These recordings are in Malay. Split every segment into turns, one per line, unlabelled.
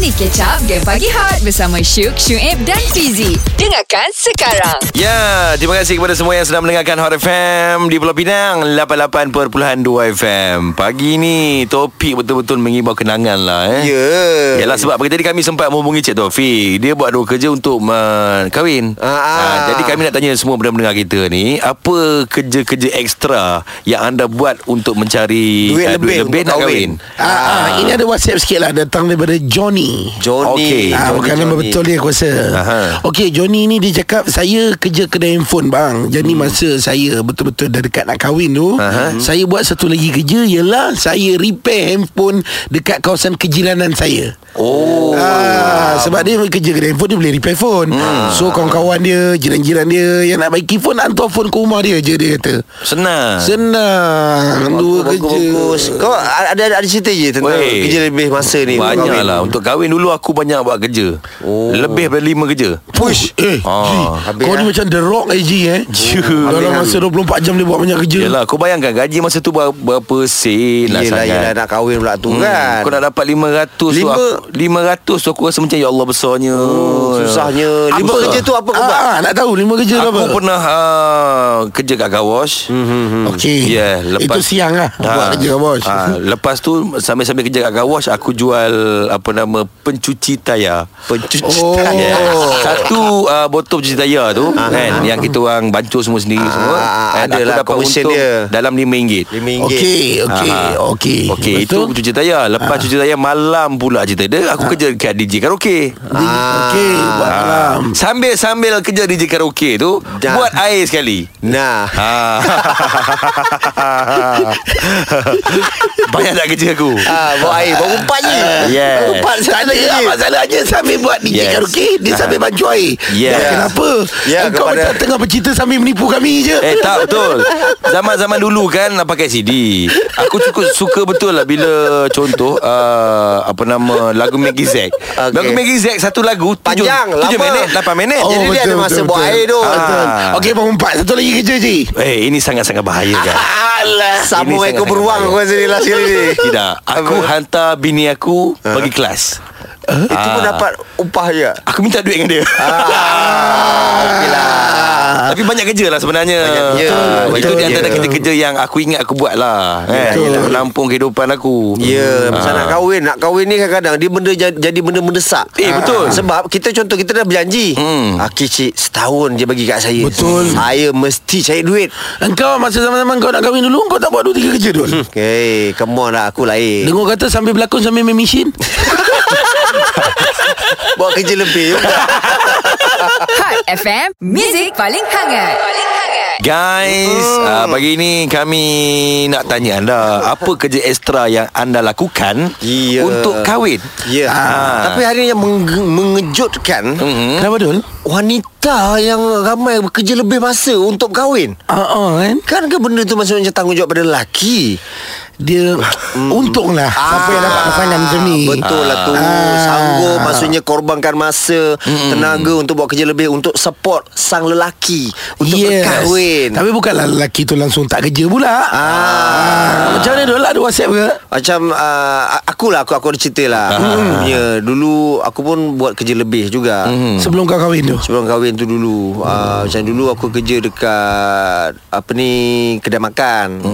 Mari catch up Game Pagi Hot Bersama Syuk, Syuib dan Fizi Dengarkan sekarang
Ya, terima kasih kepada semua yang sedang mendengarkan Hot FM di Pulau Pinang 88.2 FM. Pagi ni topik betul-betul mengimbau kenangan lah eh.
Ya.
Yalah sebab pagi tadi kami sempat menghubungi Cik Taufik. Dia buat dua kerja untuk uh, kahwin.
Ah, ah.
jadi kami nak tanya semua pendengar kita ni, apa kerja-kerja ekstra yang anda buat untuk mencari
Duit
ah,
lebih
duit lebih
untuk
nak kahwin?
kahwin.
Ah, ah, ini ada WhatsApp sikit lah Datang daripada Johnny
Okey.
Johnny.
Ah, bukan nama betul dia kuasa
Aha.
Okey Johnny ni dia cakap Saya kerja kedai handphone bang Jadi masa saya Betul-betul dah dekat nak kahwin tu hmm,
Aha.
Saya buat satu lagi kerja Ialah saya repair handphone Dekat kawasan kejiranan saya
Oh.
Ah, sebab dia kerja kedai handphone Dia boleh repair phone So kawan-kawan dia Jiran-jiran dia Yang nak baiki phone Hantar phone ke rumah dia je Dia kata
Senang.
Senang Dua kerja
Bagus. Kau ada ada cerita je tentang
Weh.
kerja lebih masa ni.
Banyak lah Untuk kahwin dulu Aku banyak buat kerja oh. Lebih daripada lima kerja
Push Eh
Ah,
ah,
habis
Kau
lah.
ni macam The Rock AG eh
Ya.
Dalam masa 24 jam Dia buat banyak kerja
Yelah kau bayangkan Gaji masa tu ber- Berapa sen lah
Yelah,
sangat
yelah nak kahwin pula tu
Hmm,
kan.
Kau nak dapat 500 tu
Lima.
aku, 500 tu aku rasa macam Ya Allah besarnya
Oh, susahnya. Lima
Apa?
kerja tu apa kau
ah,
buat?
ah, Nak tahu lima kerja tu apa
Aku pernah uh, Kerja kat car wash
Hmm,
mm-hmm.
Okey
Yeah, lepas-
Itu siang lah Buat kerja bos
Ha, lepas tu sambil-sambil kerja kat car wash aku jual apa nama pencuci tayar. Pencuci
Oh.
tayar. Satu uh, botol pencuci tayar tu kan yang kita orang bancuh semua sendiri semua.
ah,
kan,
adalah commission
untung
dia.
dalam RM5.
RM5.
Okey Okey
Ah.
Okey
Okey itu
Betul?
cuci tayar
Ah.
Lepas cuci tayar malam pula cerita dia Aku kerja kat DJ karaoke
Ah.
Okey
Ah,
Buat malam
Sambil-sambil kerja DJ karaoke tu
Dah.
Buat air sekali
Nah.
Ah. Banyak tak kerja aku
Ah, bawa air baru empat je.
Yes.
Baru empat
tak ada
saja.
je Masalahnya Sambil buat DJ
Yes.
karaoke Dia
Ah.
sambil baju air
Yes.
Dan Kenapa
Ya,
Engkau
kepada-
macam tengah bercerita Sambil menipu kami je
Eh tak betul Zaman-zaman dulu kan nak Pakai CD Aku cukup suka betul lah Bila contoh uh, Apa nama Lagu Maggie Zack
Okey.
Lagu Maggie Zack Satu lagu tujuh,
Panjang,
tujuh
lama.
minit Lapan minit
Oh, Jadi dia ada masa buat air tu.
Betul.
Ah.
Okey bang empat Satu lagi kerja je
Eh ini sangat-sangat bahaya kan
Alah. Sambung
Ini
ekor
sangat
Ah, beruang lah,
bahaya.
kau rasa ni last kali ni. Ah.
Tidak Aku hantar bini aku Pergi kelas
Itu pun
Ah.
dapat upah je.
Aku minta duit dengan dia
Ah.
Ah.
lah.
Tapi banyak kerja lah sebenarnya
Banyak kerja.
Ah,
Betul,
Itu
betul.
di antara kerja-kerja yang aku ingat aku buat lah kan?
Betul.
Yang menampung kehidupan aku
Ya, pasal
Ah.
nak kahwin, nak kahwin ni kadang-kadang dia benda jadi, jadi benda mendesak. Ah.
Eh, betul.
Sebab kita contoh kita dah berjanji.
Hmm.
Ah, cik setahun je bagi kat saya.
Betul.
Saya mesti cari duit.
Engkau masa zaman-zaman kau nak kahwin dulu Kau tak buat dua tiga kerja dulu
Hmm. Okay, come on lah aku lain.
Dengar kata sambil berlakon sambil main mesin
Buat kerja lebih juga.
Hot FM Music paling hangat Paling hangat
Guys
Mm.
uh, Pagi ini kami Nak tanya anda Apa kerja ekstra Yang anda lakukan
Ya.
Untuk kahwin
Ya.
Ah.
Tapi hari ni yang menge- mengejutkan
Hmm.
Kenapa dul?
wanita yang ramai bekerja lebih masa untuk kahwin.
Ah ah kan
Kan ke benda tu maksudnya macam tanggungjawab pada lelaki.
Dia Untunglah Siapa yang dapat pasangan macam
Hmm.
ni
Ah, Betul lah tu
Ah.
Sanggup Maksudnya korbankan masa Tenaga untuk buat kerja lebih Untuk support Sang lelaki Untuk yes. berkahwin
Tapi bukanlah lelaki tu langsung tak kerja pula ah. Macam mana dul? Ada whatsapp ke?
Macam uh, Akulah aku, aku ada cerita lah
Ah.
ya, Dulu Aku pun buat kerja lebih juga
Sebelum kau kahwin tu
Sebelum kahwin tu dulu uh, Macam dulu aku kerja dekat Apa ni Kedai makan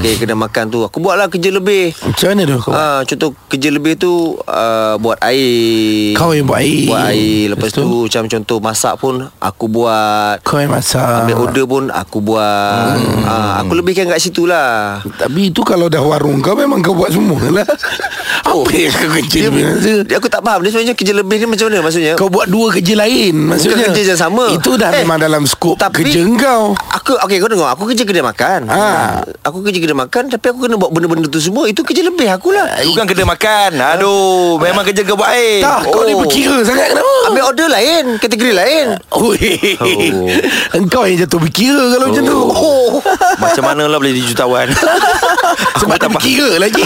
okay, Kedai makan tu Aku buatlah kerja lebih
Macam mana tu kau?
Ah, contoh kerja lebih tu uh, buat air.
Kau yang buat air.
Buat air. Lepas,
Lepas
tu,
tu?
macam contoh masak pun aku buat.
Kau yang masak
Ambil order pun aku buat. Hmm. Ah, aku lebihkan kat situ lah.
Tapi itu kalau dah warung kau Memang kau buat semua lah Apa yang kau kerja
Dia,
ni?
dia aku tak faham. Dia sebenarnya kerja lebih ni macam mana maksudnya?
Kau buat dua kerja lain Maksudnya
Bukan kerja yang sama.
Itu dah
Eh,
memang dalam skop
tapi-
kerja engkau
Aku okey kau dengar aku kerja kedai makan.
Ah.
Aku kerja kedai makan tapi aku kena buat benda-benda tu semua. Itu kerja lebih aku lah.
Bukan kerja makan Aduh Memang kerja ke buat air
Tak oh. kau ni berkira sangat kenapa
Eh, Ambil order lain, kategori lain.
Oh. Engkau yang jatuh berkira kalau macam tu. Oh.
Macam mana lah boleh jadi jutawan Aku
Sebab
tak
dia
faham.
berkira lagi.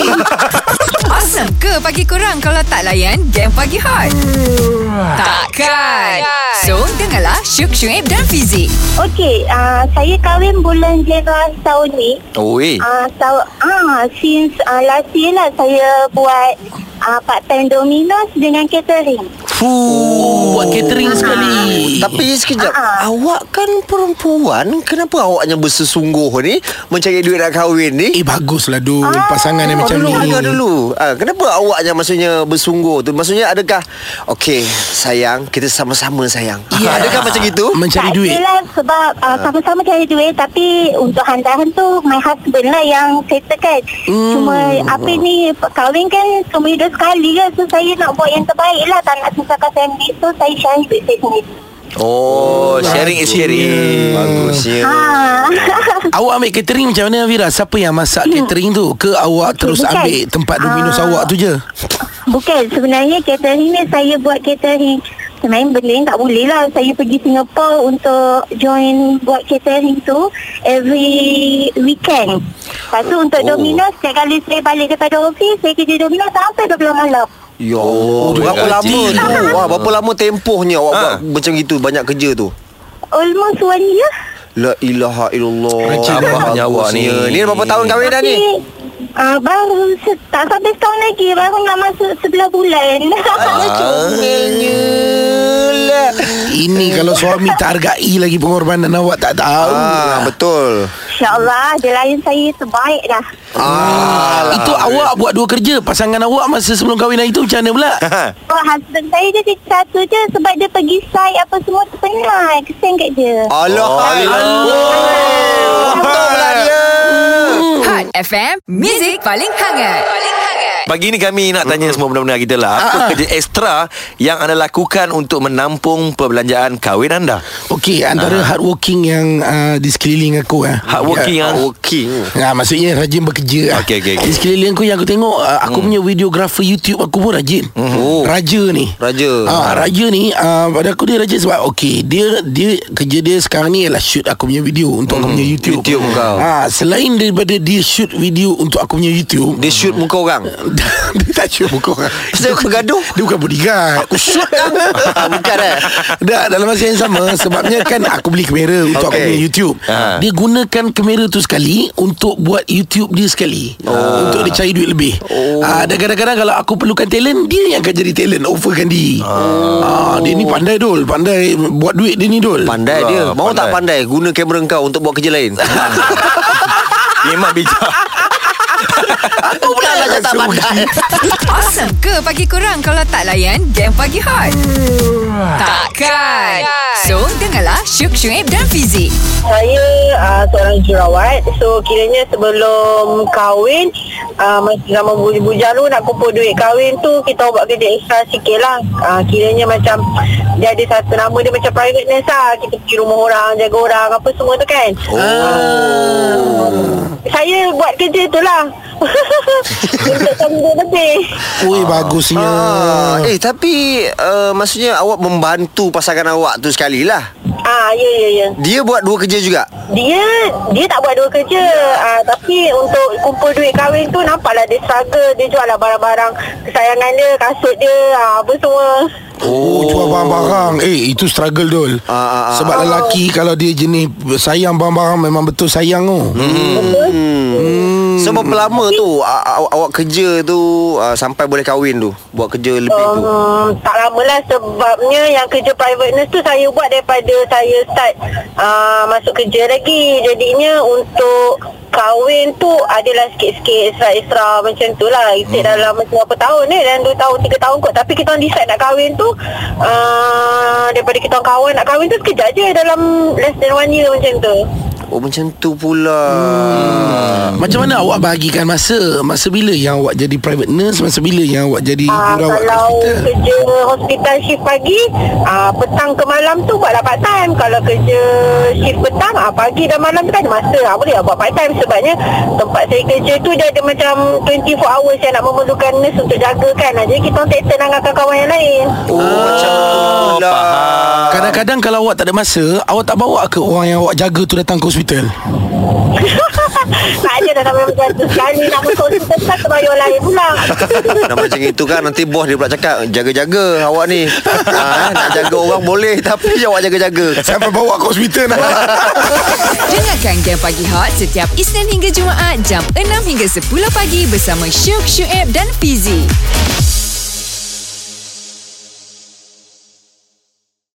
Awesome ke pagi kurang Kalau tak layan Game pagi hot Takkan So dengarlah Syuk, Syuib dan Fizi
Okey, uh, saya kahwin bulan Januari tahun ni.
Oh eh
Ah, uh, so, ah, since uh, last year lah saya buat uh, part-time Domino's dengan catering.
Fuh, buat catering sekali.
Ah.
Tapi sekejap Awak kan perempuan Kenapa awak yang bersesungguh ni Mencari duit nak kahwin ni
Eh baguslah Dul Pasangan yang Oh, macam
dulu,
ni
Dengar dulu ha, Kenapa awak yang maksudnya bersungguh tu Maksudnya adakah Okey sayang Kita sama-sama sayang
Ya.
yeah. Adakah macam itu
Mencari
tak
duit
adalah sebab uh, sama-sama cari duit tapi untuk hantaran tu my husband lah yang settlekan. Hmm. Cuma apa ni kahwin kan cuma hidup sekali kan. So saya nak buat yang terbaik lah. Tak nak susahkan family. So saya cari duit saya sendiri.
Oh, sharing is sharing.
Bagusnya
Ah.
Awak ambil catering macam mana Vira? Siapa yang masak catering tu? Ke awak terus
bukan.
ambil tempat Domino's
Ah.
awak tu je?
Bukan sebenarnya catering ni saya buat catering Sebenarnya benda ni tak boleh lah Saya pergi Singapura untuk join buat catering tu Every weekend Lepas tu untuk oh. Domino's Setiap kali saya balik daripada office Saya kerja Domino's sampai 12 malam
Ya Allah Berapa
gaji.
lama tu Wah, Berapa lama tempohnya Awak
Ha.
buat macam itu Banyak kerja tu
Almost one year
La ilaha illallah
Macam mana awak ni?
bagusnya. Ni dah berapa tahun kahwin dah ni
Uh, baru se- tak sampai setahun lagi Baru nak masuk sebelah bulan
Ah. Congenya lah
Ini kalau suami tak hargai lagi pengorbanan awak tak tahu.
Ah, Betul
InsyaAllah Dia lain saya terbaik dah
Ah,
Itu awak buat dua kerja Pasangan awak masa sebelum kahwin hari tu macam mana pula?
Ha,
Oh, husband saya dia kerja satu je sebab dia pergi site apa semua tu penat. Kesian kat dia.
Allah Allah Untunglah dia
Hot FM, Music paling hangat. Paling hangat.
Pagi ni kami nak tanya
Mm.
semua benda-benda kita lah. Apa
Ah.
kerja ekstra yang anda lakukan untuk menampung perbelanjaan kahwin anda?
Okey, antara hardworking yang uh, di sekeliling aku eh.
Ah. Hardworking ah. yang
Working
Ya, maksudnya rajin bekerja. ah.
Okey, okey, okey.
Di sekeliling aku yang aku tengok, ah, aku punya videographer YouTube aku pun rajin.
Oh.
Raja ni.
Raja.
Ah, raja ni ah, pada aku dia rajin sebab okey, dia dia kerja dia sekarang ni ialah shoot aku punya video untuk aku punya YouTube.
YouTube kau.
Ah, selain daripada dia shoot video untuk aku punya YouTube,
Dia shoot muka orang
dia tak shoot muka orang.
Pasal kau gaduh
Dia bukan bodyguard Aku shoot dah
Bukan eh
Dah dalam masa yang sama Sebabnya kan aku beli kamera Untuk aku
Okay.
punya YouTube
Ha.
Ah.
Dia gunakan kamera tu sekali Untuk buat YouTube dia sekali
Ah.
oh. Untuk dia cari duit lebih oh. Dan kadang-kadang kalau aku perlukan talent Dia yang akan jadi talent Offerkan diri oh. Dia ni pandai dol Pandai buat duit dia ni dol
Ah. Pandai
Wah,
dia Mau
pandai.
tak pandai Guna kamera kau Untuk buat kerja lain
memang bijak.
Aku pula lah yang tak pandai
Awesome ke pagi kurang kalau tak layan game pagi hot? Takkan. So, dengarlah Syuk Syuib dan Fizi.
Saya uh, seorang jurawat. So kiranya sebelum kahwin uh, masa zaman bujang-bujang tu nak kumpul duit kahwin tu kita buat kerja ekstra sikit lah. Uh, kiranya macam dia ada satu nama dia macam private nurse lah. Kita pergi rumah orang, jaga orang apa semua tu kan. Oh. Saya buat kerja tu lah. Untuk cari duit lebih.
Ui bagusnya
Ah, Eh tapi uh, Maksudnya awak membantu pasangan awak tu sekali lah
Ah, ya, ya, ya.
Dia buat dua kerja juga
Dia dia tak buat dua kerja uh, Tapi untuk kumpul duit kahwin tu Nampaklah dia struggle Dia jual lah barang-barang Kesayangan dia Kasut dia uh, Apa semua
Oh, jual barang-barang Eh itu struggle dol
ah, ah.
Sebab lelaki Kalau dia jenis Sayang barang-barang Memang betul sayang tu hmm.
hmm. So berapa lama tu a- a- Awak kerja tu uh, Sampai boleh kahwin tu Buat kerja lebih tu
um, Tak lama lah Sebabnya yang kerja private nurse tu Saya buat daripada Saya start uh, Masuk kerja lagi Jadinya untuk Kahwin tu Adalah sikit-sikit Extra-extra Macam tu lah Itu hmm. dalam macam berapa tahun ni eh? Dan 2 tahun 3 tahun kot Tapi kita orang decide nak kahwin tu uh, Daripada kita orang kawan Nak kahwin tu sekejap je Dalam less than 1 year macam tu
Oh macam tu pula hmm.
Macam mana awak bahagikan masa? Masa bila yang awak jadi private nurse? Masa bila yang awak jadi
Ah,
jurawat
kalau
hospital?
kerja hospital shift pagi ah, Petang ke malam tu buatlah part time Kalau kerja shift petang ah, Pagi dan malam tu kan ada masa ah, Boleh lah buat part time Sebabnya tempat saya kerja tu Dia ada macam 24 hours Yang nak memerlukan nurse untuk jaga kan ah, Jadi kita orang take turn dengan kawan-kawan yang lain
Oh, macam tu pula
Kadang-kadang kalau awak tak ada masa Awak tak bawa ke orang yang awak jaga tu datang ke hospital?
Tak ada dah sampai macam tu Sekali nak masuk hospital tu kan terbayar orang lain pula
Dah macam itu kan Nanti bos dia pula cakap Jaga-jaga awak ni ha, Nak jaga orang boleh Tapi awak jaga-jaga
Sampai bawa ke hospital nak
Dengarkan game pagi hot setiap Isnin hingga Jumaat jam 6 hingga 10 pagi bersama Syuk Syuib dan Fizi.